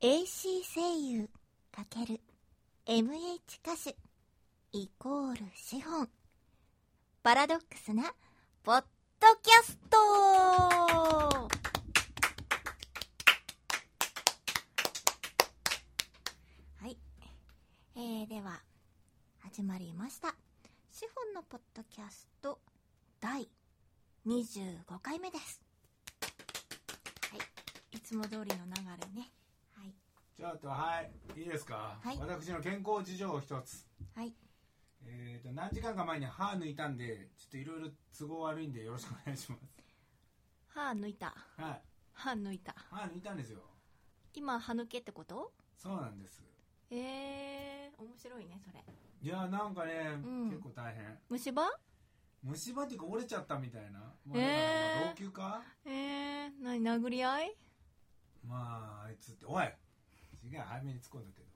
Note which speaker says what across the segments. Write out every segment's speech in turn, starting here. Speaker 1: AC 声優×「MH 歌手」イコール資本パラドックスなポッドキャストはい、えー、では始まりました資本のポッドキャスト第25回目ですはいいつも通りの流れねはい
Speaker 2: ちょっとはいいいですか、
Speaker 1: はい
Speaker 2: 私の健康事情を一つ
Speaker 1: はい
Speaker 2: えー、と何時間か前に歯抜いたんでちょっといろいろ都合悪いんでよろしくお願いしま
Speaker 1: 歯抜いた
Speaker 2: すはい
Speaker 1: 歯抜いた
Speaker 2: 歯抜いたんですよ
Speaker 1: 今歯抜けってこと
Speaker 2: そうなんです
Speaker 1: ええー、面白いねそれ
Speaker 2: いやーなんかね、
Speaker 1: うん
Speaker 2: 結構大変
Speaker 1: 虫歯
Speaker 2: 虫歯っていうか折れちゃったみたいな、まあ、だか
Speaker 1: え
Speaker 2: ら
Speaker 1: ー
Speaker 2: まあ老朽化
Speaker 1: ええー、何殴り合い
Speaker 2: まああいつっておい違う早めに突っ込んだけど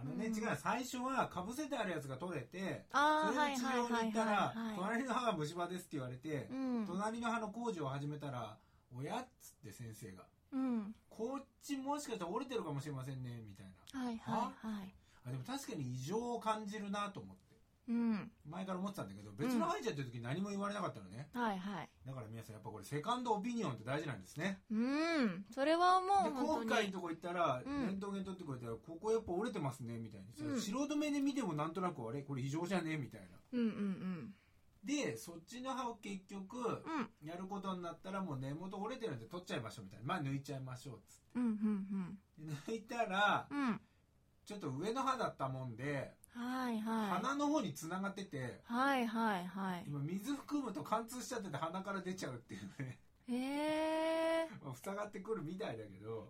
Speaker 2: あのね、
Speaker 1: うん
Speaker 2: 違う最初はかぶせてあるやつが取れてそ
Speaker 1: あ
Speaker 2: れ
Speaker 1: あは
Speaker 2: で
Speaker 1: い
Speaker 2: 治
Speaker 1: はい
Speaker 2: 療に
Speaker 1: は
Speaker 2: 行
Speaker 1: い
Speaker 2: ったら
Speaker 1: は
Speaker 2: 隣の歯が虫歯ですって言われて、
Speaker 1: いうん
Speaker 2: 隣の歯の工事を始めたら「おや?」っつって先生が
Speaker 1: うん
Speaker 2: 「こっちもしかしたら折れてるかもしれませんね」みたいな
Speaker 1: はいはいはい
Speaker 2: あでも確かに異常を感じるなと思って
Speaker 1: うん
Speaker 2: 前から思ってたんだけど別の歯医者行ってる時何も言われなかったのね、
Speaker 1: はいはい
Speaker 2: だから皆さんやっぱこれセカンドオピニオンって大事なんですね
Speaker 1: うんそれはも
Speaker 2: で
Speaker 1: う本
Speaker 2: 今
Speaker 1: 当
Speaker 2: 回の
Speaker 1: に
Speaker 2: とこ行ったら
Speaker 1: うん
Speaker 2: レントゲン取ってくれたら「ここやっぱ折れてますね」みたいに、
Speaker 1: うん
Speaker 2: 素人目で見てもなんとなく「あれこれ異常じゃね?」みたいな
Speaker 1: うんうん
Speaker 2: でそっちの歯を結局
Speaker 1: うんうん
Speaker 2: やることになったらもう根元折れてるんで取っちゃいましょうみたいなまあ抜いちゃいましょうっつって
Speaker 1: うんうん
Speaker 2: 抜いたら
Speaker 1: うんうん
Speaker 2: ちょっと上の歯だったもんで、
Speaker 1: はいは
Speaker 2: 鼻の方に繋がってて
Speaker 1: いはいはいはい
Speaker 2: 今水含むと貫通しちゃってて鼻から出ちゃうっていうね
Speaker 1: ええー、
Speaker 2: まあ塞がってくるみたいだけど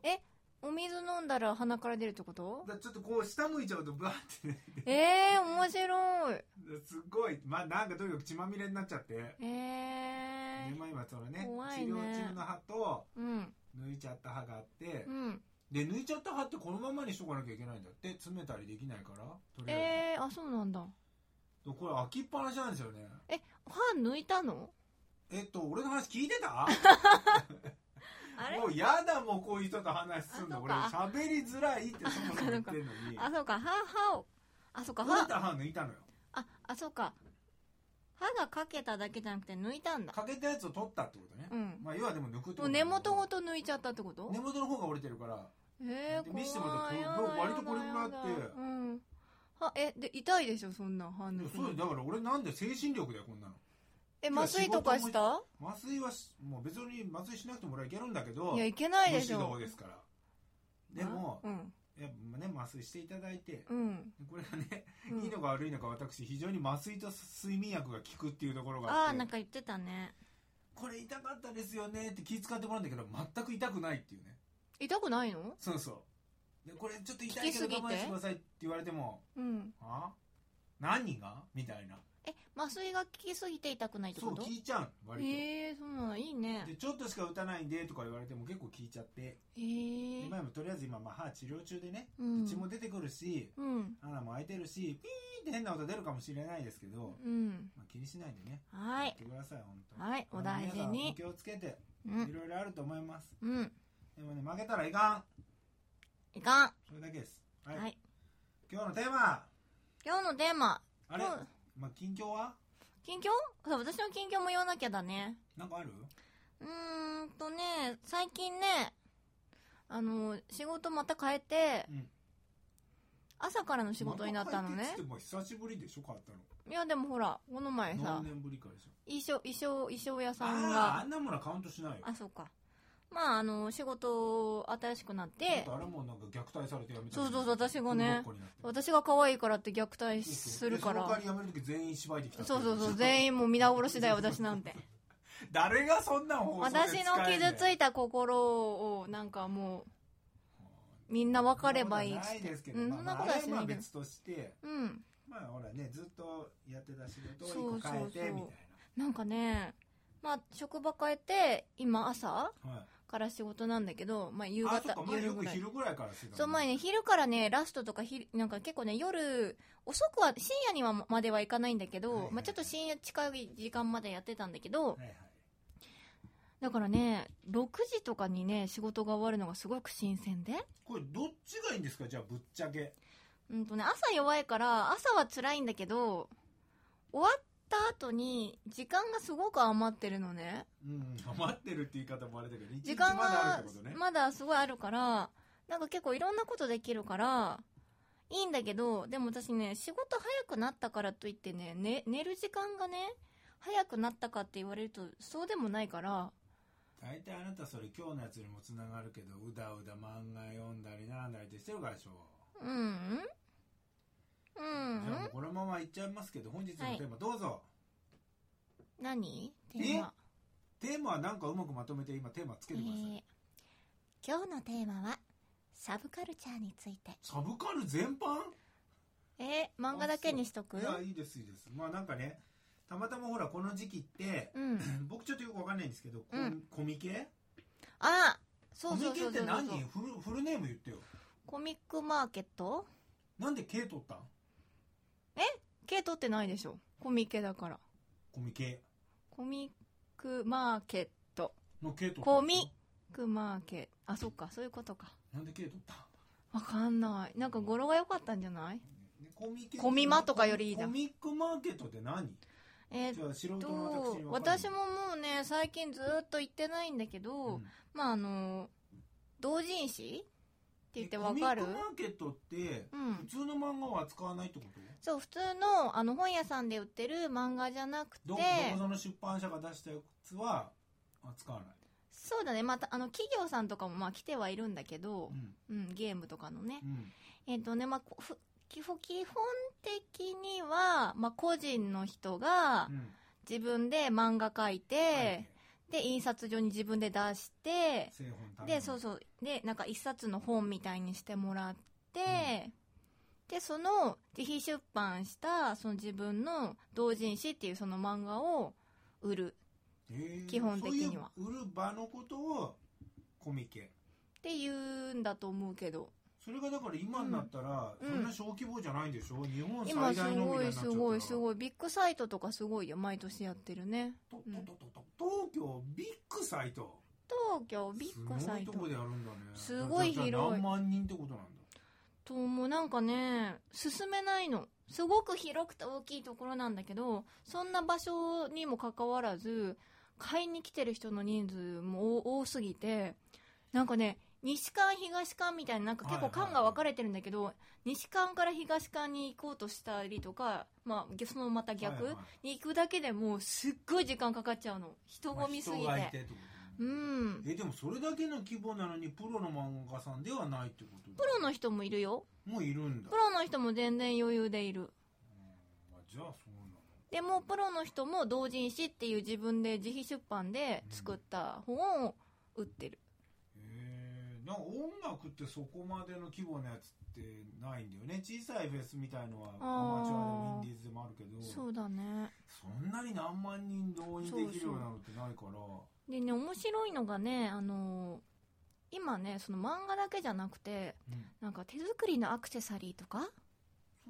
Speaker 1: お水飲んだら鼻から出るってこと
Speaker 2: だからちょっとこう下向いちゃうとブワーって ね
Speaker 1: ええー、面白い
Speaker 2: すっごいまあなんかとにかく血まみれになっちゃって、
Speaker 1: ええー、
Speaker 2: でまあ今そのね
Speaker 1: 怖い
Speaker 2: 治
Speaker 1: ね
Speaker 2: 療中の歯と
Speaker 1: うん
Speaker 2: 抜いちゃった歯があって、
Speaker 1: うん
Speaker 2: で抜いちゃった歯ってこのままにしとかなきゃいけないんだって詰めたりできないからとりあえ
Speaker 1: えー、あそうなんだ
Speaker 2: ず、でこれ開きっぱなしなんですよね
Speaker 1: 歯抜いたの
Speaker 2: えっと俺の話聞いてた
Speaker 1: あれ
Speaker 2: もうやだもうこういう人と話すんの
Speaker 1: あそう
Speaker 2: 俺
Speaker 1: か
Speaker 2: 喋りづらいってそもそも言ってんのに
Speaker 1: あそうか歯歯をあそうか
Speaker 2: 折れ
Speaker 1: 歯
Speaker 2: た歯抜いたのよ
Speaker 1: ああそうか歯がかけただけじゃなくて抜いたんだ
Speaker 2: 欠けたやつを取ったってことね、
Speaker 1: うん
Speaker 2: まあ要はでも
Speaker 1: も
Speaker 2: 抜くって
Speaker 1: う
Speaker 2: こと
Speaker 1: 根元ごと抜いちゃったってこと
Speaker 2: 根元の方が折れてるから
Speaker 1: えー、
Speaker 2: で
Speaker 1: 怖い
Speaker 2: 見せてもらったら
Speaker 1: やだ
Speaker 2: これ割と
Speaker 1: やだ
Speaker 2: これぐらいあって
Speaker 1: やだうんはえで痛いでしょそんな歯抜く
Speaker 2: そう
Speaker 1: の
Speaker 2: よだから俺なんで精神力だよこんなの
Speaker 1: え麻酔とかした
Speaker 2: 麻酔はしもう別に麻酔しなくても俺はいけるんだけど
Speaker 1: いやいけないでし
Speaker 2: 無指
Speaker 1: ょ
Speaker 2: 導ですからでも
Speaker 1: あうん
Speaker 2: やっぱね麻酔していただいて、
Speaker 1: うん、
Speaker 2: これがね、
Speaker 1: うん
Speaker 2: いいのか悪いのか私非常に麻酔と睡眠薬が効くっていうところがあっ
Speaker 1: あ
Speaker 2: て
Speaker 1: ーなんか言ってたね
Speaker 2: これ痛かったですよねって気遣ってもらうんだけど全く痛くないっていうね
Speaker 1: 痛くないの
Speaker 2: そうそうでこれちょっと痛
Speaker 1: 聞き
Speaker 2: いけ
Speaker 1: す
Speaker 2: ど
Speaker 1: ぎて
Speaker 2: 我慢してくださいって言われても
Speaker 1: うん
Speaker 2: あ何がみたいな
Speaker 1: え麻酔が効きすぎて痛くないって
Speaker 2: そ
Speaker 1: こ
Speaker 2: う
Speaker 1: と
Speaker 2: 聞いちゃうの割と、
Speaker 1: ええー、そうなのいいね
Speaker 2: でちょっとしか打たないんでとか言われても結構聞いちゃって、
Speaker 1: えー
Speaker 2: で前もとりあえず今まあ歯治療中でね、
Speaker 1: うん
Speaker 2: 血も出てくるし
Speaker 1: うん
Speaker 2: 穴も開いてるしピーンって変な音出るかもしれないですけど、
Speaker 1: うん
Speaker 2: まあ、気にしないでね
Speaker 1: は
Speaker 2: やっ
Speaker 1: い
Speaker 2: てください本当に
Speaker 1: はいお大事
Speaker 2: あの皆さんお
Speaker 1: に
Speaker 2: 気をつけて
Speaker 1: う
Speaker 2: い
Speaker 1: ん
Speaker 2: ろいろあると思います
Speaker 1: うん
Speaker 2: でもね負けたらいかん
Speaker 1: いかん
Speaker 2: それだけですは、
Speaker 1: はいい、
Speaker 2: 今日のテーマ
Speaker 1: 今日のテーマ
Speaker 2: あれ、
Speaker 1: うん
Speaker 2: まあ、近況は
Speaker 1: 近況そう私の近況も言わなきゃだね
Speaker 2: なんかある
Speaker 1: うーんとね最近ねあの仕事また変えて
Speaker 2: うん
Speaker 1: 朝からの仕事になったの
Speaker 2: まあ帰
Speaker 1: ね
Speaker 2: ってきても久しぶりでしょ買ったの
Speaker 1: いやでもほらこの前さ
Speaker 2: 何年ぶりかでしょ
Speaker 1: 衣装衣装衣装屋さん
Speaker 2: あー
Speaker 1: が
Speaker 2: あんなものはカウントしないよ
Speaker 1: あそうかまああの仕事新しくなって
Speaker 2: あれもなんか虐待されてやめた
Speaker 1: そうそうそう私がね
Speaker 2: 私
Speaker 1: 私が可愛いからって虐待するか
Speaker 2: その代わ
Speaker 1: ら
Speaker 2: りやめる時全員縛いてきた
Speaker 1: そうそうそう
Speaker 2: 員
Speaker 1: 全員もう皆殺しだよ私なん て
Speaker 2: 誰がそんな放送で
Speaker 1: 私の傷つ
Speaker 2: い
Speaker 1: いた心をなんかもうみんな分かればいいっつ
Speaker 2: な
Speaker 1: っ
Speaker 2: い
Speaker 1: て
Speaker 2: ですけど、
Speaker 1: うん
Speaker 2: まあ
Speaker 1: そんなことはし
Speaker 2: まあ
Speaker 1: な
Speaker 2: あ
Speaker 1: いけ
Speaker 2: れは
Speaker 1: ど
Speaker 2: 別として
Speaker 1: うん
Speaker 2: まあほらねずっとやってた仕事を一個
Speaker 1: そうそうそ
Speaker 2: 変えて
Speaker 1: う
Speaker 2: みたい
Speaker 1: なんかねまあ職場変えて今朝
Speaker 2: な、はい、
Speaker 1: から仕事なんだけどまあ夕
Speaker 2: あそ
Speaker 1: 方
Speaker 2: っか前
Speaker 1: 夜
Speaker 2: よ
Speaker 1: ぐ
Speaker 2: く
Speaker 1: らい
Speaker 2: 昼ぐらいからしてた
Speaker 1: そう前
Speaker 2: に
Speaker 1: ね昼からねラストとかひなんか結構ね夜遅くは深夜にはまではいかないんだけど、
Speaker 2: はいはい
Speaker 1: まあ、ちょっと深夜近い時間までやってたんだけど
Speaker 2: はいはい
Speaker 1: だからね6時とかにね仕事が終わるのがすごく新鮮で
Speaker 2: これどっちちがいいんですかじゃあぶっちゃけ
Speaker 1: うんとね、朝弱いから、朝は辛いんだけど、終わった後に、時間がすごく余ってるのね。
Speaker 2: うん余ってるって言い方もあれだけど一日
Speaker 1: 時
Speaker 2: ま
Speaker 1: 間
Speaker 2: だあ
Speaker 1: が
Speaker 2: るってことね
Speaker 1: まだすごいあるから、なんか結構いろんなことできるから、いいんだけど、でも私ね、仕事早くなったからといってね、ね寝る時間がね、早くなったかって言われると、そうでもないから、
Speaker 2: 大体あなたそれ今日のやつにもつながるけどうだうだ漫画読んだりなんだりってしてるからでしょ
Speaker 1: うんうんう
Speaker 2: じゃあもうんこのままいっちゃいますけど本日のテーマどうぞ、
Speaker 1: 何テーマ。
Speaker 2: テーマはなんかうまくまとめて今テーマつけ
Speaker 1: え
Speaker 2: てください、
Speaker 1: ー今日のテーマは、サブカルチャーについて。
Speaker 2: サブカル全般
Speaker 1: えー漫画だけにしとく
Speaker 2: いやいいですいいですまあなんかねたまたまほらこの時期って、
Speaker 1: うん。
Speaker 2: 僕ちょっとよくわかんないんですけど、コ
Speaker 1: うん
Speaker 2: コミケ
Speaker 1: あそ
Speaker 2: コ
Speaker 1: う
Speaker 2: ミ
Speaker 1: そう
Speaker 2: ケ
Speaker 1: そ
Speaker 2: っ
Speaker 1: うそ
Speaker 2: て
Speaker 1: う
Speaker 2: 何フルフルネーム言ってよ
Speaker 1: コミックマーケット
Speaker 2: なんで K 取ったん
Speaker 1: 系取ってないでしょ。コミケだから。
Speaker 2: コミケ
Speaker 1: コミックマーケット。
Speaker 2: の K 取った
Speaker 1: コミックマーケあ、そっか、そういうことか。
Speaker 2: なんで K 取ったん
Speaker 1: わかんない。なんか語呂が良かったんじゃない
Speaker 2: ねコミケ
Speaker 1: コミマとかよりいいじゃん
Speaker 2: コミックマーケットって何
Speaker 1: えーっ
Speaker 2: じゃあ素人の私
Speaker 1: と
Speaker 2: に、わかんない
Speaker 1: 私ももうね、最近ずーっと行ってないんだけど、
Speaker 2: うん
Speaker 1: まああの、同人誌って言ってわかる
Speaker 2: コミックマーケットって
Speaker 1: うん
Speaker 2: 普通の漫画は扱わないってこと
Speaker 1: そう、普通のあの本屋さんで売ってる漫画じゃなくて、
Speaker 2: どどこぞの出版社が出したやつは扱わない、
Speaker 1: そうだね、また、あの、企業さんとかも、まあ、来てはいるんだけど
Speaker 2: う、ん
Speaker 1: うん、ゲームとかのね。
Speaker 2: うん
Speaker 1: えっ、とね、まあ、こふ基本基本的には、まあ、個人の人が
Speaker 2: う、ん
Speaker 1: 自分で漫画描い
Speaker 2: はい
Speaker 1: て、で、印刷所に自分で出して、
Speaker 2: 製本頼む
Speaker 1: で、そうそう、で、なんか一冊の本みたいにしてもらって、で、その、自費出版した、その自分の同人誌っていうその漫画を売る。
Speaker 2: へー
Speaker 1: 基本的には
Speaker 2: そういう売る場のことをコミケ
Speaker 1: って言うんだと思うけど
Speaker 2: それがだから今になったら、
Speaker 1: うん
Speaker 2: そんな小規模じゃないんでしょ、日本
Speaker 1: 今
Speaker 2: 最
Speaker 1: す
Speaker 2: 大のみ
Speaker 1: ご
Speaker 2: たい
Speaker 1: い
Speaker 2: になっちゃった
Speaker 1: す
Speaker 2: ら
Speaker 1: ごいすごいビッグサイトとかすごいよ毎年やってるね
Speaker 2: とと
Speaker 1: うん
Speaker 2: ととと東京ビッグサイト
Speaker 1: 東京ビッグサイ
Speaker 2: すごいと
Speaker 1: ト
Speaker 2: こでやるんだね
Speaker 1: すごい広い
Speaker 2: じゃあ何万人ってことなんだ
Speaker 1: ともうなんかね進めないのすごく広くて大きいところなんだけどそんな場所にもかかわらず買いに来てる人の人数も多多すぎてなんかね西館東館みたいななんか結構
Speaker 2: はいはいはい
Speaker 1: 館が分かれてるんだけど、西館から東館に行こうとしたりとか、まあ、そのまた逆、
Speaker 2: はいはい
Speaker 1: に行くだけでもうすっごい時間かかっちゃうの人混みすぎて,、
Speaker 2: まあ人がいてってこと
Speaker 1: う
Speaker 2: ね
Speaker 1: ん
Speaker 2: えでもそれだけの規模なのにプロの漫画家さんではないってことプ
Speaker 1: プロの人もいるよ
Speaker 2: もういるんだ
Speaker 1: プロの人も全然余裕でいる
Speaker 2: うんまあじゃあそうなの
Speaker 1: でもプロの人も同人誌っていう自分で自費出版で作った本を売ってる、
Speaker 2: へえなんか音楽ってそこまでの規模のやつってないんだよね小さいフェスみたいのは
Speaker 1: あ
Speaker 2: ア
Speaker 1: ー
Speaker 2: マチュアでもインディーズでもあるけど
Speaker 1: そうだね
Speaker 2: そんなに何万人動員できるようなのってないから
Speaker 1: でね面白いのがねあのー今ねその漫画だけじゃなくて
Speaker 2: うん
Speaker 1: なんか手作りのアクセサリーとか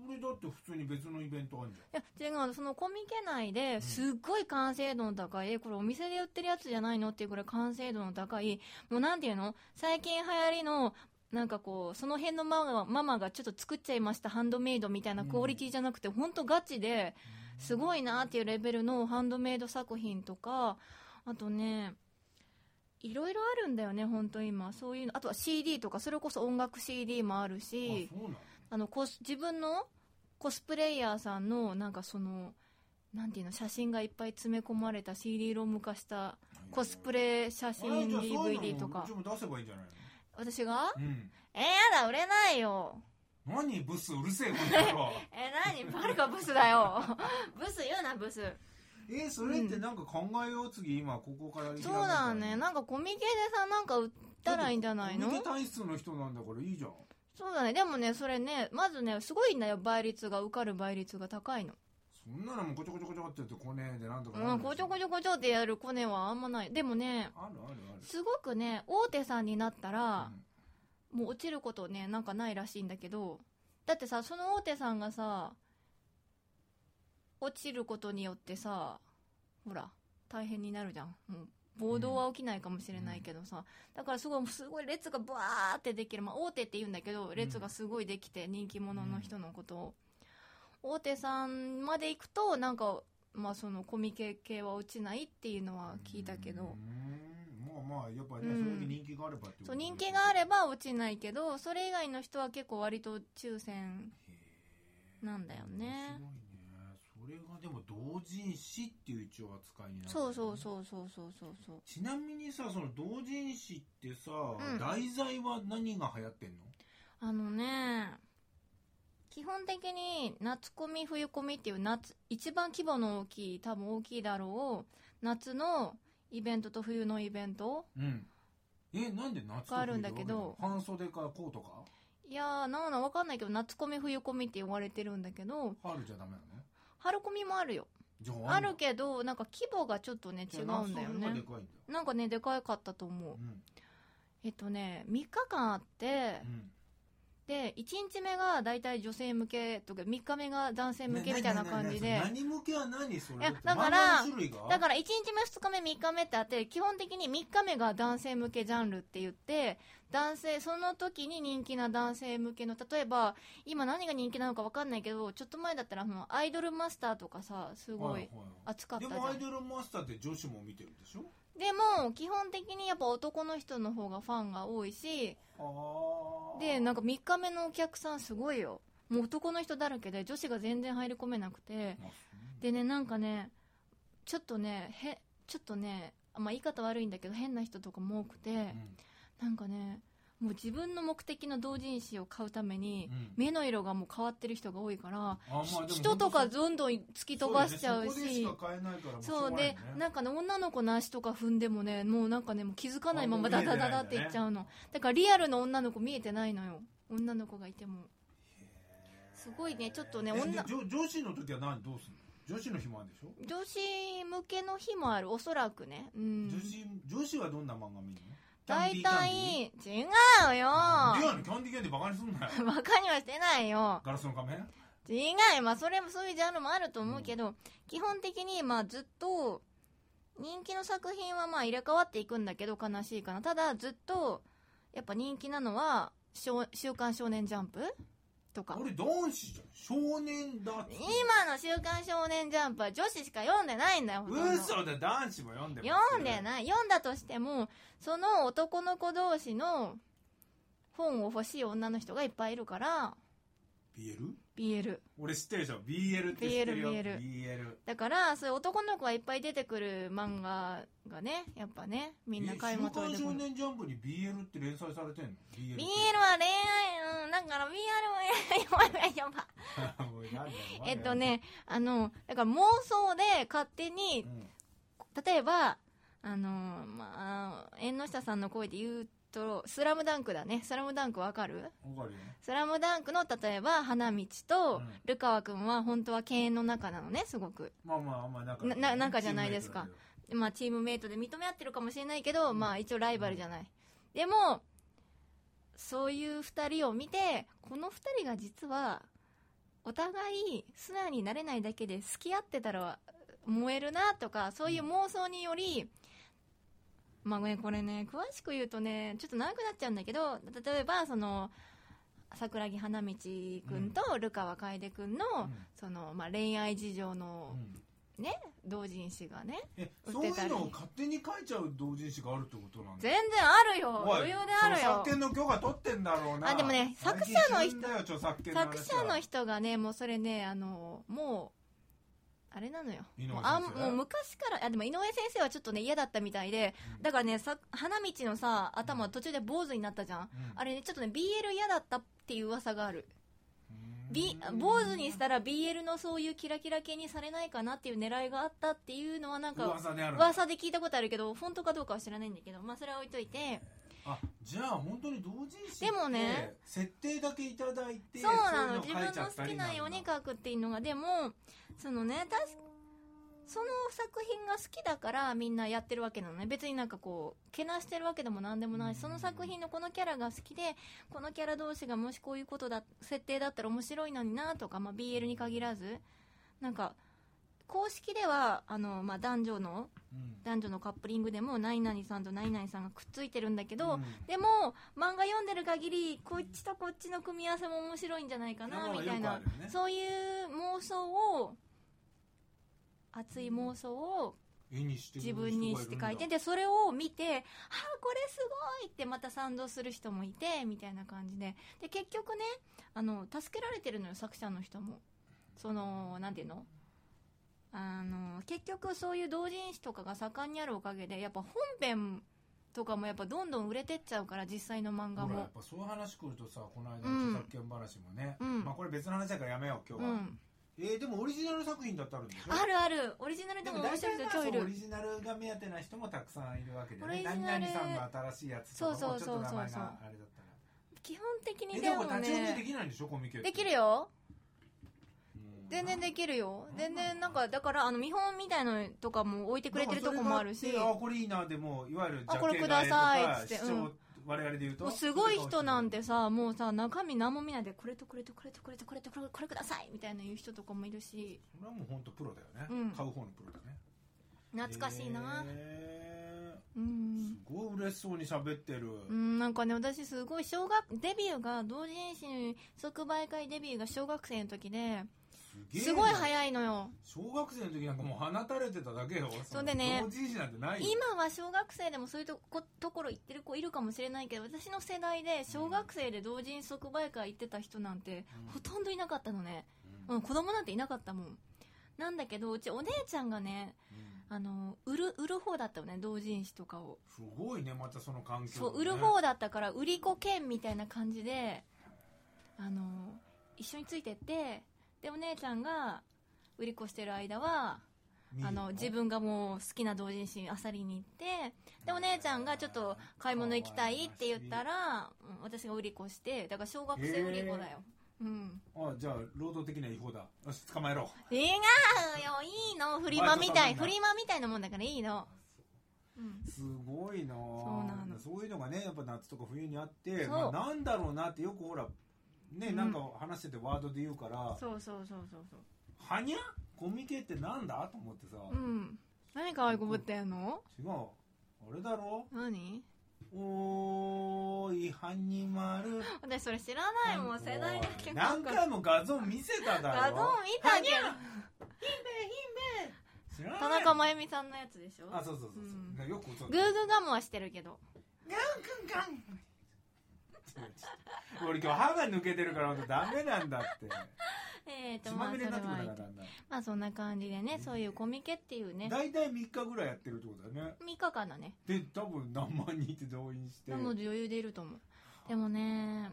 Speaker 2: それだって普通に別のイベントあるじゃん
Speaker 1: いや違うそのコミケ内ですっごい完成度の高い、えこれお店で売ってるやつじゃないのっていうぐらい完成度の高いもうなんていうの最近流行りのなんかこうその辺のママママがちょっと作っちゃいましたハンドメイドみたいなクオリティじゃなくて、ほんとガチですごいなっていうレベルのハンドメイド作品とかあとねいろいろあるんだよね本当今そういうのあとは CD とかそれこそ音楽 CD もあるし
Speaker 2: あそうなの
Speaker 1: あのコス自分のコスプレイヤーさんのなんかそのなんていうの写真がいっぱい詰め込まれた CD ロム化したコスプ
Speaker 2: レ
Speaker 1: レ写真 DVD とか
Speaker 2: うちも出せばいいんじゃない
Speaker 1: 私が
Speaker 2: のうん
Speaker 1: えー、やだ売れないよ
Speaker 2: 何ブスうるせえこの野郎
Speaker 1: えー、何誰かブスだ よブス言うなブス
Speaker 2: えそれってなんか考えよう次今ここから
Speaker 1: そうだねなんかコミケでさなんか売ったらいいんじゃないの
Speaker 2: コミケ体質の人なんだからいいじゃん
Speaker 1: そうだねでもねそれねまずねすごいんだよ倍率が受かる倍率が高いの
Speaker 2: そんなのもうこちょこちょこちょってやってこねえでなんとか
Speaker 1: うんこちょこ
Speaker 2: ちょ
Speaker 1: ちょこちょってやるコネはあんまないでもね
Speaker 2: あるあるある
Speaker 1: すごくね大手さんになったら
Speaker 2: う、ん
Speaker 1: もう落ちることねなんかないらしいんだけどだってさその大手さんがさ落ちることによってさほら大変になるじゃんもう暴動は起きないかもしれないけどさ、だからすごいすごい列がブワーってできる、まあ、大手って言うんだけど列がすごいできて人気者の人のことを、大手さんまで行くとなんか、まあ、そのコミケ系は落ちないっていうのは聞いたけど、
Speaker 2: うんまあまあやっぱりね、
Speaker 1: うん
Speaker 2: それだけ人気があればってこと
Speaker 1: そう人気があれば落ちないけどそれ以外の人は結構割と抽選なんだよね
Speaker 2: すごいねそれがでも同人誌っていう一応扱いになるんだね、
Speaker 1: そうそうそうそうそうそうそう
Speaker 2: ちなみにさその同人誌ってさ、
Speaker 1: ん
Speaker 2: 題材は何が流行ってんの
Speaker 1: あのね基本的に夏コミ冬コミっていう夏一番規模の大きい多分大きいだろう夏のイベントと冬のイベント
Speaker 2: うんえなんで夏と冬
Speaker 1: あるんだけど
Speaker 2: 半袖かコートか
Speaker 1: いやーなんなんわかんないけど夏コミ冬コミって言われてるんだけど
Speaker 2: 春じゃダメなの
Speaker 1: 春コミもあるよ
Speaker 2: じゃ
Speaker 1: あ
Speaker 2: んだ
Speaker 1: るけどなんか規模がちょっとね
Speaker 2: じ
Speaker 1: 違
Speaker 2: ゃ
Speaker 1: う
Speaker 2: あ
Speaker 1: んだよ
Speaker 2: 夏と冬がで
Speaker 1: ね
Speaker 2: かいんだ
Speaker 1: なんかねでかかったと思う
Speaker 2: うん
Speaker 1: えっとね3日間あって
Speaker 2: うん
Speaker 1: で1日目が大体女性向けとか3日目が男性向けみたいな感じで
Speaker 2: ねねねね何向けは何それ
Speaker 1: いや
Speaker 2: だって
Speaker 1: だから
Speaker 2: 漫画の種類が
Speaker 1: だから1日目2日目3日目ってあって基本的に3日目が男性向けジャンルって言って男性その時に人気な男性向けの例えば今何が人気なのか分かんないけどちょっと前だったらそのアイドルマスターとかさすご
Speaker 2: はいは
Speaker 1: 熱かった
Speaker 2: で
Speaker 1: じゃ
Speaker 2: もア
Speaker 1: ん
Speaker 2: イドルマスターって女子も見てるでしょ
Speaker 1: でも基本的にやっぱ男の人の方がファンが多いし
Speaker 2: あー
Speaker 1: でなんか3日目のお客さんすごいよもう男の人だらけで女子が全然入り込めなくて
Speaker 2: まあそう
Speaker 1: でねなんかねちょっとねへちょっとねまあ言い方悪いんだけど変な人とかも多くて、
Speaker 2: うん
Speaker 1: なんかねもう自分の目的の同人誌を買うために、
Speaker 2: うん
Speaker 1: 目の色がもう変わってる人が多いから、
Speaker 2: あまあでも
Speaker 1: 人とかどんどん突き飛ばしちゃう
Speaker 2: そうですね
Speaker 1: し
Speaker 2: そこでしか買えないからもうしょ
Speaker 1: そうう
Speaker 2: がない
Speaker 1: で
Speaker 2: ね
Speaker 1: なんかね女の子の足とか踏んでもねもうなんかねもう気づかないまま
Speaker 2: あもう
Speaker 1: ダ
Speaker 2: 見え
Speaker 1: ダ
Speaker 2: てない
Speaker 1: ダダ
Speaker 2: んだね
Speaker 1: っていっちゃうのだからリアルの女の子見えてないのよ女の子がいてもすごいねちょっとね
Speaker 2: えで
Speaker 1: 女
Speaker 2: 女女子の時は何どうすんの女子の日もあるでしょ、
Speaker 1: 女子向けの日もあるおそらくねうん
Speaker 2: 女子女子はどんな漫画見るの
Speaker 1: 大
Speaker 2: キャンディーキャンディー
Speaker 1: 体違うよ
Speaker 2: なんでやねんキャンディーキャンディーバカにすんなよ
Speaker 1: バカにはしてないよ
Speaker 2: ガラスの仮面
Speaker 1: 違うまあそれもそういうジャンルもあると思うけど、基本的にまあずっと人気の作品はまあ入れ替わっていくんだけど悲しいかなただずっとやっぱ人気なのは「少週刊少年ジャンプ」とか
Speaker 2: 俺男子じゃん少年だって
Speaker 1: 今の「週刊少年ジャンプ」は女子しか読んでないんだよほとんど
Speaker 2: 嘘で男子も読んでます
Speaker 1: 読んでない読んだとしてもその男の子同士の本を欲しい女の人がいっぱいいるから
Speaker 2: BL?
Speaker 1: BL
Speaker 2: 俺知ってるでしょ BL って知ってるよ
Speaker 1: BL
Speaker 2: BL
Speaker 1: だからそういう男の子がいっぱい出てくる漫画がねやっぱねみんな買い求め
Speaker 2: え
Speaker 1: て
Speaker 2: 週
Speaker 1: く
Speaker 2: 刊少
Speaker 1: る BL
Speaker 2: 年ジャンプに BL って連載されてんの BL
Speaker 1: は恋
Speaker 2: って
Speaker 1: 愛うんだから BL は恋愛や ば
Speaker 2: もうなんだよお前
Speaker 1: えっとねあのだから妄想で勝手に
Speaker 2: うん
Speaker 1: 例えばあのまあ縁の下さんの声で言うと「スラムダンクだね「スラムダンクわかる
Speaker 2: わかるよ
Speaker 1: スラムダンクの例えば花道と
Speaker 2: うん
Speaker 1: ルカワ君は本当は犬猿の中なのねすごく
Speaker 2: まあまあまあなんか
Speaker 1: なななんかじゃないですか
Speaker 2: チームメイトだ
Speaker 1: まあ、チームメイトで認め合ってるかもしれないけど、
Speaker 2: うん
Speaker 1: まあ、一応ライバルじゃない、でもそういう2人を見てこの2人が実はお互い素直になれないだけで好き合ってたら燃えるなとかそういう妄想により、まあごめんこれね詳しく言うとねちょっと長くなっちゃうんだけど例えばその桜木花道くんとルカワ楓くんの,、
Speaker 2: けどうん
Speaker 1: そのまあ、恋愛事情の
Speaker 2: うん
Speaker 1: 同人誌がね
Speaker 2: え
Speaker 1: 売っ
Speaker 2: そうい
Speaker 1: てたり
Speaker 2: うのを勝手に書いちゃう同人誌があるってことなんだ
Speaker 1: 全然あるよ
Speaker 2: おい
Speaker 1: 余裕である
Speaker 2: 著
Speaker 1: よ
Speaker 2: 作権の許可取ってんだろうな
Speaker 1: あでもね
Speaker 2: 最近
Speaker 1: 作者の人
Speaker 2: 死んだよ著作権の
Speaker 1: 作
Speaker 2: 話は
Speaker 1: 者の人がねもうそれねあのもうあれなのよ
Speaker 2: 井上
Speaker 1: もうあん
Speaker 2: 先生
Speaker 1: もう昔からあでも井上先生はちょっとね嫌だったみたいで
Speaker 2: うん
Speaker 1: だからねさ花道のさ頭途中で坊主になったじゃん
Speaker 2: うん
Speaker 1: あれねちょっとね BL 嫌だったっていう噂がある、
Speaker 2: うん
Speaker 1: ビ坊主にしたら BL のそういうキラキラ系にされないかなっていう狙いがあったっていうのはなんか
Speaker 2: 噂であるんだ
Speaker 1: 噂で聞いたことあるけど本当かどうかは知らないんだけどまあそれは置いといて
Speaker 2: あじゃあ本当に同人誌って
Speaker 1: でもね
Speaker 2: 設定だけいただいて
Speaker 1: そうなの
Speaker 2: そう
Speaker 1: 自
Speaker 2: いう
Speaker 1: 分
Speaker 2: 書いちゃ
Speaker 1: の
Speaker 2: った
Speaker 1: 好き
Speaker 2: り
Speaker 1: なように書くっていうのがでもそのね確かその作品が好きだからみんなやってるわけなのね別になんかこうけなしてるわけでも何でもないしその作品のこのキャラが好きでこのキャラ同士がもしこういうことだ設定だったら面白いのになとか、まあ、BL に限らずなんか公式ではあの、まあ、男女の
Speaker 2: うん
Speaker 1: 男女のカップリングでも何々さんと何々さんがくっついてるんだけど、
Speaker 2: うん
Speaker 1: でも漫画読んでる限りこっちとこっちの組み合わせも面白いんじゃないかな
Speaker 2: だから
Speaker 1: みたい
Speaker 2: よくあ
Speaker 1: な、
Speaker 2: るよね
Speaker 1: そういう妄想を熱い妄想を
Speaker 2: 絵にしてくれ
Speaker 1: 自
Speaker 2: る人がる
Speaker 1: 分
Speaker 2: んだ
Speaker 1: にして書いてでそれを見て「あーこれすごい!」ってまた賛同する人もいてみたいな感じでで結局ねあの助けられてるのよ作者の人もそのなんていうのあの結局そういう同人誌とかが盛んにあるおかげでやっぱ本編とかもやっぱどんどん売れてっちゃうから実際の漫画
Speaker 2: ほらや
Speaker 1: も
Speaker 2: っぱそういう話来るとさこの間
Speaker 1: う
Speaker 2: の
Speaker 1: ん
Speaker 2: 著作権話もね、
Speaker 1: うん
Speaker 2: まあこれ別の話だからやめよう今
Speaker 1: う
Speaker 2: 日は、
Speaker 1: ん
Speaker 2: えーでもオリジナル作品だってあるんでしょ
Speaker 1: あるあるオリジナルで
Speaker 2: で
Speaker 1: も
Speaker 2: も
Speaker 1: 面
Speaker 2: 大
Speaker 1: 白い人
Speaker 2: 体まあ
Speaker 1: ちょいい
Speaker 2: そうオ
Speaker 1: る
Speaker 2: リジナルが目当てな人もたくさんいるわけで
Speaker 1: オリ
Speaker 2: ね
Speaker 1: ジナル
Speaker 2: 何々さんの新しいやつとかもち
Speaker 1: そ
Speaker 2: ょ
Speaker 1: う
Speaker 2: っ
Speaker 1: そうそうそう
Speaker 2: と名前があれだったら
Speaker 1: 基本的にで
Speaker 2: えでも
Speaker 1: も
Speaker 2: 立ち読みで
Speaker 1: ね
Speaker 2: きないんでしょコミケって
Speaker 1: できるよ
Speaker 2: うん
Speaker 1: 全然できるよ
Speaker 2: うん
Speaker 1: 全然なんかだからあの見本みたいのとかも置いてくれてるとこもあるし
Speaker 2: だからそれがあってあこれいいなでもいわゆるジャケ
Speaker 1: あこれくださいっつって
Speaker 2: 買とか視聴
Speaker 1: うん
Speaker 2: 我々で言うと
Speaker 1: もうすごい人なんてさもうさ中身何も見ないでこれとこれとこれとこれとこれとこれこれくださいみたいな言う人とかもいるし
Speaker 2: それはもう本当プロだよね、
Speaker 1: うん
Speaker 2: 買う方のプロだね
Speaker 1: 懐かしいな、
Speaker 2: へ
Speaker 1: う
Speaker 2: ー
Speaker 1: ん
Speaker 2: すごい嬉しそうに喋ってる、
Speaker 1: うん、なんかね私すごい小学デビューが同人誌即売会デビューが小学生の時です
Speaker 2: げえな
Speaker 1: すごい早いのよ
Speaker 2: 小学生の時なんかもう放たれてただけよ
Speaker 1: そうでね
Speaker 2: 同人誌なんてないよ
Speaker 1: 今は小学生でもそういうとこところ行ってる子いるかもしれないけど私の世代で小学生で同人即売会行ってた人なんて
Speaker 2: うん
Speaker 1: ほとんどいなかったのね、
Speaker 2: う
Speaker 1: うんん、子供なんていなかったもんなんだけどうちお姉ちゃんがねあの売る売る方だったのね同人誌とかを
Speaker 2: すごいねまたその環境、ね、
Speaker 1: そう売る方だったから売り子兼みたいな感じであの一緒についてってでお姉ちゃんが売り子してる間は
Speaker 2: 見る
Speaker 1: あの自分がもう好きな同人誌あさりに行ってでお姉ちゃんがちょっと買い物行きたいって言ったら、うん私が売り子してだから小学生売り子だよ、うん
Speaker 2: あじゃあ労働的には違法だよし捕まえろ
Speaker 1: 違うよいいのフリマみたいフリマみたいなもんだからいいの、うん、
Speaker 2: すごいな
Speaker 1: うなの
Speaker 2: そういうのがねやっぱ夏とか冬にあって、
Speaker 1: そ
Speaker 2: まあ、
Speaker 1: う
Speaker 2: なんだろうなってよくほらね、
Speaker 1: うん
Speaker 2: なんか話しててワードで言うから
Speaker 1: そうそうそうそうそう
Speaker 2: はにゃコミケってなんだと思ってさ、
Speaker 1: うん何可愛くぶってんの
Speaker 2: 違うあれだろ
Speaker 1: 何
Speaker 2: おーいはにまる
Speaker 1: 私それ知らないもん世代だけな
Speaker 2: 何
Speaker 1: んか
Speaker 2: 回も画像見せただ
Speaker 1: 画
Speaker 2: ろ
Speaker 1: 像見たけど
Speaker 2: 知らない
Speaker 1: 田中真由美さんのやつでしょ
Speaker 2: あそうそうそうそう、よくそう
Speaker 1: グーグーガムはしてるけど
Speaker 2: ガンガンガン俺今日歯が抜けてるから本当ダメなんだって
Speaker 1: えーと
Speaker 2: 血
Speaker 1: ま
Speaker 2: ま
Speaker 1: あそ
Speaker 2: み
Speaker 1: れ
Speaker 2: れになってくる
Speaker 1: は
Speaker 2: か
Speaker 1: い
Speaker 2: ら
Speaker 1: い
Speaker 2: だんだん
Speaker 1: まあそんな感じでね、そういうコミケっていうね、
Speaker 2: 大体3日ぐらいやってるってことだね
Speaker 1: 3日間だね。
Speaker 2: で多分何万人って動員して
Speaker 1: でも余裕でいると思う。でもね、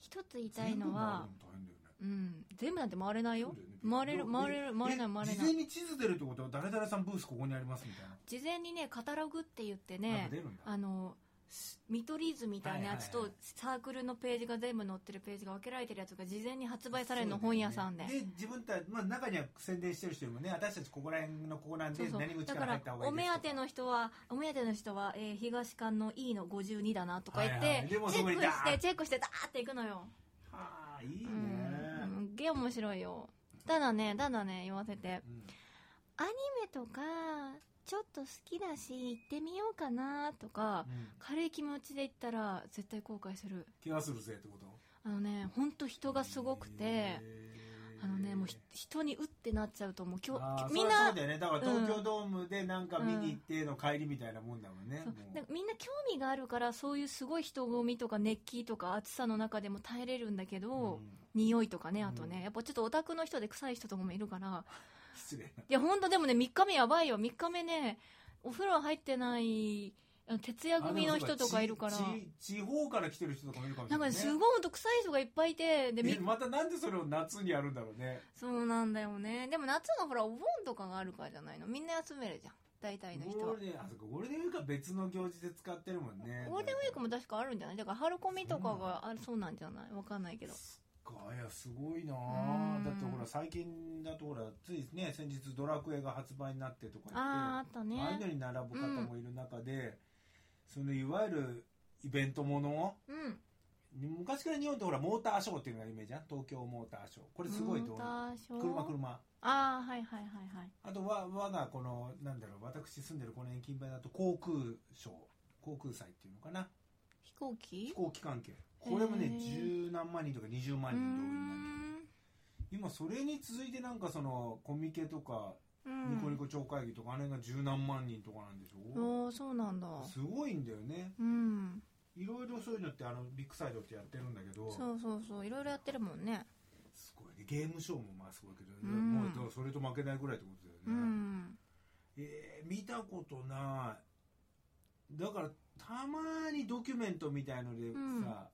Speaker 1: 一つ言いたいのは、
Speaker 2: 全部回るの大変だよね
Speaker 1: うん、全部なんて回れないよ。
Speaker 2: そう
Speaker 1: 回
Speaker 2: だ
Speaker 1: れ
Speaker 2: よね
Speaker 1: る、回れる、回れな
Speaker 2: え
Speaker 1: い、回れ
Speaker 2: 事
Speaker 1: な
Speaker 2: 前
Speaker 1: い。
Speaker 2: に地図出るってことは誰々さんブースここにありますみたいな
Speaker 1: 事前にね、カタログって言って
Speaker 2: なん
Speaker 1: ね
Speaker 2: か出るんだ、
Speaker 1: あの、す見取り図みたいなやつ
Speaker 2: はい
Speaker 1: と
Speaker 2: はいはい
Speaker 1: サークルのページが全部載ってるページが分けられてるやつが事前に発売されるの本屋さんで
Speaker 2: そうだよねで自分たち、まあ、中には宣伝してる人いるもんね私たちここら辺のここなんで
Speaker 1: そうそう
Speaker 2: 何口
Speaker 1: だか
Speaker 2: か
Speaker 1: ら
Speaker 2: 入
Speaker 1: ら
Speaker 2: った方がい
Speaker 1: お
Speaker 2: いです
Speaker 1: 目
Speaker 2: と
Speaker 1: 当ての人はお目当ての人は、えー東館の E の52だなとか言って、
Speaker 2: はいはいでも
Speaker 1: チェ
Speaker 2: そ
Speaker 1: ッ
Speaker 2: こに
Speaker 1: ク
Speaker 2: ダ
Speaker 1: し
Speaker 2: ーッ
Speaker 1: てチェックしてダーっていくのよ
Speaker 2: はあいいね、
Speaker 1: うんうんげえ面白いよただねただね言わせて
Speaker 2: うん
Speaker 1: アニメとかちょっと好きだし行ってみようかなとか
Speaker 2: うん
Speaker 1: 軽い気持ちで行ったら絶対後悔する
Speaker 2: 気がするぜってこと
Speaker 1: あのねほんと人がすごくてあのねもうひ人にうってなっちゃうともう今
Speaker 2: あー
Speaker 1: 日みんな
Speaker 2: そりゃそうだよねだか
Speaker 1: う
Speaker 2: ら
Speaker 1: ん
Speaker 2: 東京ドームでなんか見に行っての帰りみたいなもんだもんね、
Speaker 1: そう
Speaker 2: もう
Speaker 1: なんかみんな興味があるからそういうすごい人混みとか熱気とか暑さの中でも耐えれるんだけど、
Speaker 2: うん
Speaker 1: 匂いとかねあとね、
Speaker 2: うん
Speaker 1: やっぱちょっとオタクの人で臭い人とかもいるから
Speaker 2: 失 礼ない
Speaker 1: やほんとでもね3日目やばいよ3日目ねお風呂入ってないあの徹夜組の人とかいるから
Speaker 2: あでもそうち地方から来てる人とかもいるかもし
Speaker 1: な
Speaker 2: れ
Speaker 1: んか
Speaker 2: ない、
Speaker 1: ね
Speaker 2: ね、
Speaker 1: すごいほんと臭い人がいっぱいいてでみ
Speaker 2: えまたなんでそれを夏にやるんだろうね
Speaker 1: そうなんだよねでも夏のほらお盆とかがあるからじゃないのみんな休めるじゃん大体の人
Speaker 2: ゴ
Speaker 1: は
Speaker 2: ールデンあそこゴールデンウィークは別の行事で使ってるもんね
Speaker 1: ゴールデンウィークも確かあるんじゃないだから春コミとかがあるそうなんじゃないわかんないけど
Speaker 2: いやすごいな
Speaker 1: う
Speaker 2: あ
Speaker 1: ん
Speaker 2: だってほら最近だとほらついね先日「ドラクエ」が発売になってとか言って
Speaker 1: あああったね
Speaker 2: ああいうのに並ぶ方もいる中で、そのいわゆるイベントもの
Speaker 1: うん
Speaker 2: 昔から日本ってほらモーターショーっていうのが有名じゃん東京モーターショーこれすごいと
Speaker 1: モータ
Speaker 2: 思う
Speaker 1: ーショー
Speaker 2: 車車
Speaker 1: ああはいはいはいはい
Speaker 2: あとは我がこのなんだろう私住んでるこの辺近辺だと航空ショー航空祭っていうのかな
Speaker 1: 飛行
Speaker 2: 飛
Speaker 1: 機
Speaker 2: 行機関係これもね
Speaker 1: へー
Speaker 2: 十何万人とか20
Speaker 1: う
Speaker 2: 万
Speaker 1: ー
Speaker 2: 人動員なんだよ
Speaker 1: ん
Speaker 2: 今それに続いてなんかそのコミケとか
Speaker 1: うん
Speaker 2: ニコニコ超会議とかあれが十何万人とかなんでしょ
Speaker 1: おーそうなんだ
Speaker 2: すごいんだよね
Speaker 1: うん
Speaker 2: いろいろそういうのってあのビッグサイドってやってるんだけど
Speaker 1: そうそうそういろいろやってるもんね
Speaker 2: すごいねゲームショーもまあすごいけど、
Speaker 1: うん
Speaker 2: もうどうそれと負けないぐらいってことだよね、
Speaker 1: うん
Speaker 2: えー見たことないだからたまにドキュメントみたいので
Speaker 1: うん
Speaker 2: さ、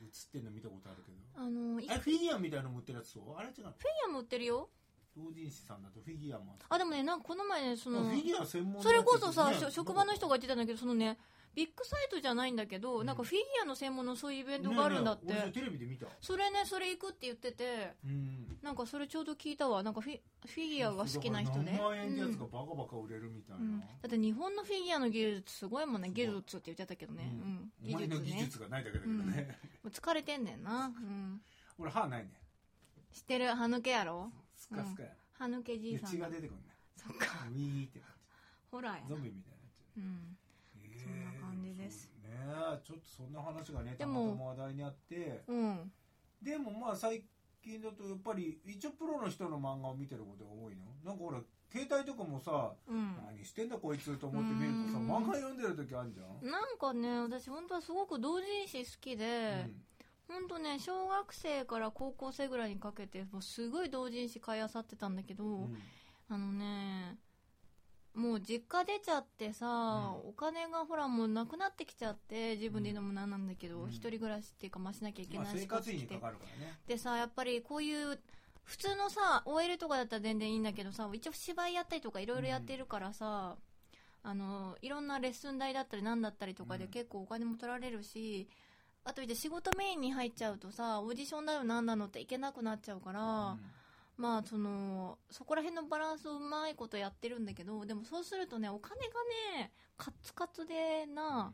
Speaker 2: 映ってんの見たことあるけど
Speaker 1: あのい
Speaker 2: あれフィギュアみたいの持ってるやつそうあれ違うの
Speaker 1: フィギュアも売ってるよ
Speaker 2: 同人誌さんだとフィギュアもあ
Speaker 1: あでもねなんかこの前ねそ
Speaker 2: る
Speaker 1: の
Speaker 2: フィギュア専門のやつ
Speaker 1: それこそさ、
Speaker 2: ね
Speaker 1: しょ職場の人が言ってたんだけどそのねビッグサイトじゃないんだけど、
Speaker 2: うん
Speaker 1: なんかフィギュアの専門のそういうイベント
Speaker 2: ねえ
Speaker 1: があるんだって、
Speaker 2: ねえ俺それテレビで見た
Speaker 1: それねそれ行くって言ってて
Speaker 2: うん
Speaker 1: なんかそれちょうど聞いたわなんかフィフィギュアが好きな人で、
Speaker 2: 何万円ってやつ
Speaker 1: う
Speaker 2: が
Speaker 1: ん
Speaker 2: バカバカ売れるみたいな、
Speaker 1: うんだって日本のフィギュアの技術すごいもんね
Speaker 2: すごい
Speaker 1: 技術って言っちゃったけどね、
Speaker 2: う
Speaker 1: うん
Speaker 2: お前
Speaker 1: 技
Speaker 2: の
Speaker 1: 術
Speaker 2: 技
Speaker 1: ね
Speaker 2: 術がないだけだけどね、
Speaker 1: もう疲れてんねんな、うん、
Speaker 2: 俺歯ないね
Speaker 1: 知ってる歯抜けやろ
Speaker 2: スカスカや、
Speaker 1: 歯抜けじい
Speaker 2: で
Speaker 1: さ
Speaker 2: 血
Speaker 1: ん
Speaker 2: が
Speaker 1: が
Speaker 2: 出てくるね
Speaker 1: そっか
Speaker 2: ウィーって感
Speaker 1: ホラーや
Speaker 2: じ
Speaker 1: な
Speaker 2: ゾンビみたいになっちゃ
Speaker 1: う
Speaker 2: う
Speaker 1: んそんな感じです
Speaker 2: えーそうねちょっとそんな話がね
Speaker 1: で
Speaker 2: た
Speaker 1: も
Speaker 2: またま話題にあって
Speaker 1: うん
Speaker 2: でもまあ最近だとやっぱり一応プロの人の漫画を見てることが多いのなんかほら携帯とかもさ、
Speaker 1: うん
Speaker 2: 何してんだこいつと思って見るとさ
Speaker 1: うん
Speaker 2: 漫画読んでる時あるじゃん、
Speaker 1: なんかね私本当はすごく同人誌好きで、本当ね小学生から高校生ぐらいにかけてもうすごい同人誌買い漁ってたんだけど、
Speaker 2: うんうん
Speaker 1: あのねもう実家出ちゃってさ、お金がほらもうなくなってきちゃって自分で言うのもなんなんだけど、
Speaker 2: うん
Speaker 1: 一人暮らしっていうかまあしなきゃいけ
Speaker 2: まあ、
Speaker 1: ない
Speaker 2: 生
Speaker 1: し
Speaker 2: 活費に
Speaker 1: こっ
Speaker 2: か
Speaker 1: ち来て
Speaker 2: かるからね
Speaker 1: でさやっぱりこういう普通のさ OL とかだったら全然いいんだけどさ一応芝居やったりとかいろいろやってるからさ、あのいろんなレッスン代だったり何だったりとかで
Speaker 2: うん
Speaker 1: 結構お金も取られるし、あとじゃあ仕事メインに入っちゃうとさオーディションだの何なのっていけなくなっちゃうから、まあそのそこら辺のバランスをうまいことやってるんだけどでもそうするとねお金がねカツカツで
Speaker 2: うん
Speaker 1: な、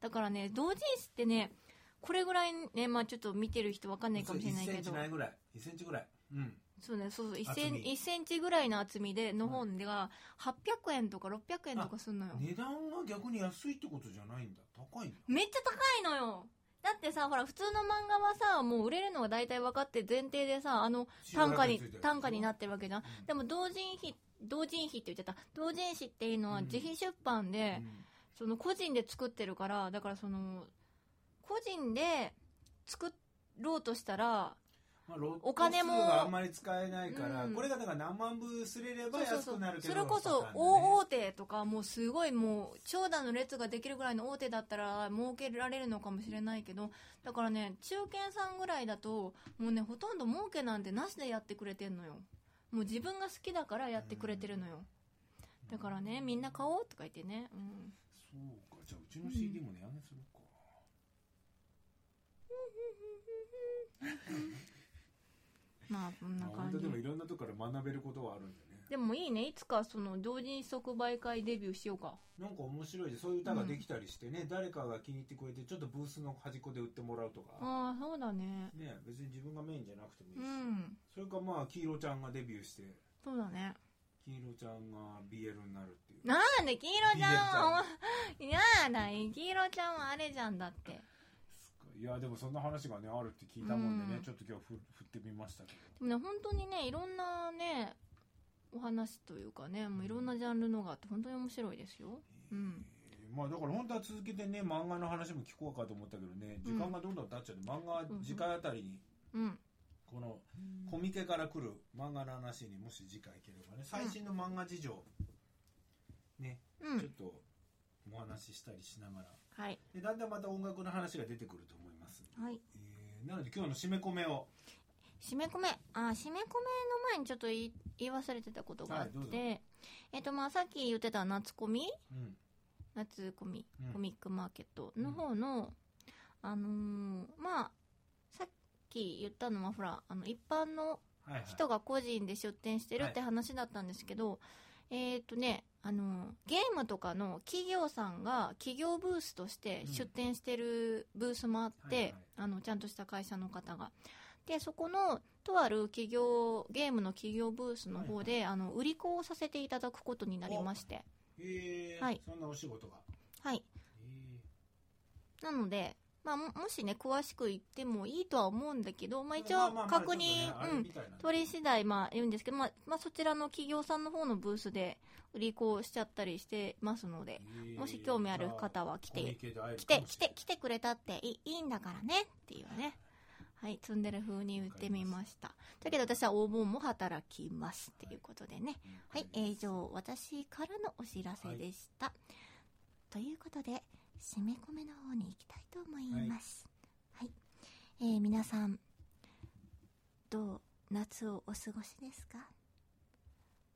Speaker 1: だからね同人誌ってねこれぐらいねまあちょっと見てる人わかんないかもしれないけ
Speaker 2: 1セン
Speaker 1: ど
Speaker 2: チないぐらい1センチぐらいうん
Speaker 1: そうねそうそう1セ
Speaker 2: 厚
Speaker 1: ン
Speaker 2: み
Speaker 1: 1センチぐらいの厚みでの本が800円とか600円とかすんのよ
Speaker 2: 値段が逆に安いってことじゃないんだ高いんだ
Speaker 1: めっちゃ高いのよだってさほら普通の漫画はさもう売れるのが大体分かって前提でさあの単価に単価にな
Speaker 2: っ
Speaker 1: ってるわけじゃん
Speaker 2: うん
Speaker 1: でも同人費同人費って言っちゃった同人誌っていうのは
Speaker 2: うん
Speaker 1: 自費出版
Speaker 2: て
Speaker 1: で、その個人で作ってるからだからその個人で作ろうとしたら
Speaker 2: まあ、ロット
Speaker 1: お金も
Speaker 2: 数があんまり使えないから、
Speaker 1: うん
Speaker 2: これがだから何万部すれれ
Speaker 1: そ
Speaker 2: ば
Speaker 1: うそう
Speaker 2: 安
Speaker 1: そう
Speaker 2: くなるけど
Speaker 1: それこそ大大手とかもうすごいもう長蛇の列ができるぐらいの大手だったら儲けられるのかもしれないけどだからね中堅さんぐらいだともうねほとんど儲けなんてなしでやってくれてんのよもう自分が好きだからやってくれてるのよだからねみんな買おうとか言ってね、うん、
Speaker 2: そうかじゃあうちの CD も値上げするか、
Speaker 1: まあこんな
Speaker 2: まあ、
Speaker 1: 感
Speaker 2: 本
Speaker 1: じ
Speaker 2: 当でもいろんなとこから学べることはあるんだね
Speaker 1: でもいいねいつかその同人即売会デビューしようか
Speaker 2: なんか面白いでそういう歌ができたりしてね、誰かが気に入ってくれてちょっとブースの端っこで売ってもらうとか、
Speaker 1: ああそうだね
Speaker 2: ね別に自分がメインじゃなくてもいいうし、
Speaker 1: ん
Speaker 2: それかまあ黄色ちゃんがデビューして
Speaker 1: そうだね
Speaker 2: 黄色ちゃんが BL になるっていう
Speaker 1: なんで黄色ちゃんは
Speaker 2: BL
Speaker 1: やだい黄色ちゃんはあれじゃんだって
Speaker 2: いやでもそんな話がねあるって聞いたもんでね、
Speaker 1: うん
Speaker 2: ちょっと今日ふ振ってみましたけど
Speaker 1: でもね本当にねいろんなねお話というかねもういろんなジャンルのがあって本当に面白いですようん
Speaker 2: えーまあだから本当は続けてね漫画の話も聞こうかと思ったけどね時間がどんどん経っちゃって、漫画は次回あたりに
Speaker 1: うん
Speaker 2: このコミケから来る漫画の話にもし次回いければね最新の漫画事情、ね
Speaker 1: う
Speaker 2: ちょっ
Speaker 1: ん
Speaker 2: とお話ししたりしながら
Speaker 1: はい
Speaker 2: でだんだんまた音楽の話が出てくると思います、
Speaker 1: はい
Speaker 2: えーなので今日の締め込めを
Speaker 1: 締め込めあ締め込めの前にちょっと言い言い忘れてたことがあっ
Speaker 2: はいどうぞ
Speaker 1: て、えっとまあさっき言ってた夏コミ
Speaker 2: うん
Speaker 1: 夏コミ、
Speaker 2: うん
Speaker 1: コミックマーケットの方の、あのーまあさっき言ったのはほらあの一般の
Speaker 2: はいはい
Speaker 1: 人が個人で出店してるって話だったんですけど、えっ、とねあのゲームとかの企業さんが企業ブースとして
Speaker 2: うん
Speaker 1: 出展してるブースもあって、
Speaker 2: はいはい
Speaker 1: あのちゃんとした会社の方がでそこのとある企業ゲームの企業ブースの方で、あの売り子をさせていただくことになりまして
Speaker 2: えー
Speaker 1: はい
Speaker 2: そんなお仕事が、
Speaker 1: はい
Speaker 2: え
Speaker 1: なので、まあ、ももしね詳しく言ってもいいとは思うんだけど、まあ、
Speaker 2: ー
Speaker 1: 一応確認、
Speaker 2: まあまあま
Speaker 1: う
Speaker 2: あちょっとねあれ
Speaker 1: ん
Speaker 2: みたいなんで
Speaker 1: 取り次第まあ言うんですけど、まあまあ、そちらの企業さんの方のブースで売り子をしちゃったりしてますので、
Speaker 2: えー
Speaker 1: もし興味ある方は来
Speaker 2: コミュ
Speaker 1: て
Speaker 2: ニケで会える
Speaker 1: 来て
Speaker 2: かも
Speaker 1: 来
Speaker 2: し
Speaker 1: て
Speaker 2: れない
Speaker 1: 来てくれたっていいいいんだからねっていうねはいツンデレ風に言ってみましただけど私はお盆も働きますっていうことでねはい、えー以上私からのお知らせでした、ということで締め込めの方に行きたいと思いますはい、えー皆さんどう夏をお過ごしですか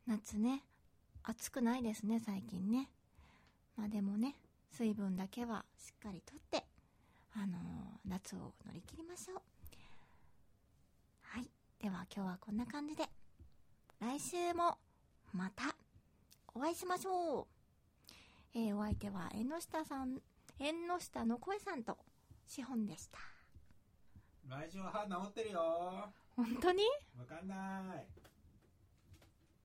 Speaker 1: 夏ね暑くないですね最近ねまあでもね水分だけはしっかりとってあのー夏を乗り切りましょうはいでは今日はこんな感じで来週もまたお会いしましょう、えーお相手は縁の下さん縁の下の声さんと資本でした
Speaker 2: 来週は歯治ってるよ
Speaker 1: 本当に
Speaker 2: わかんない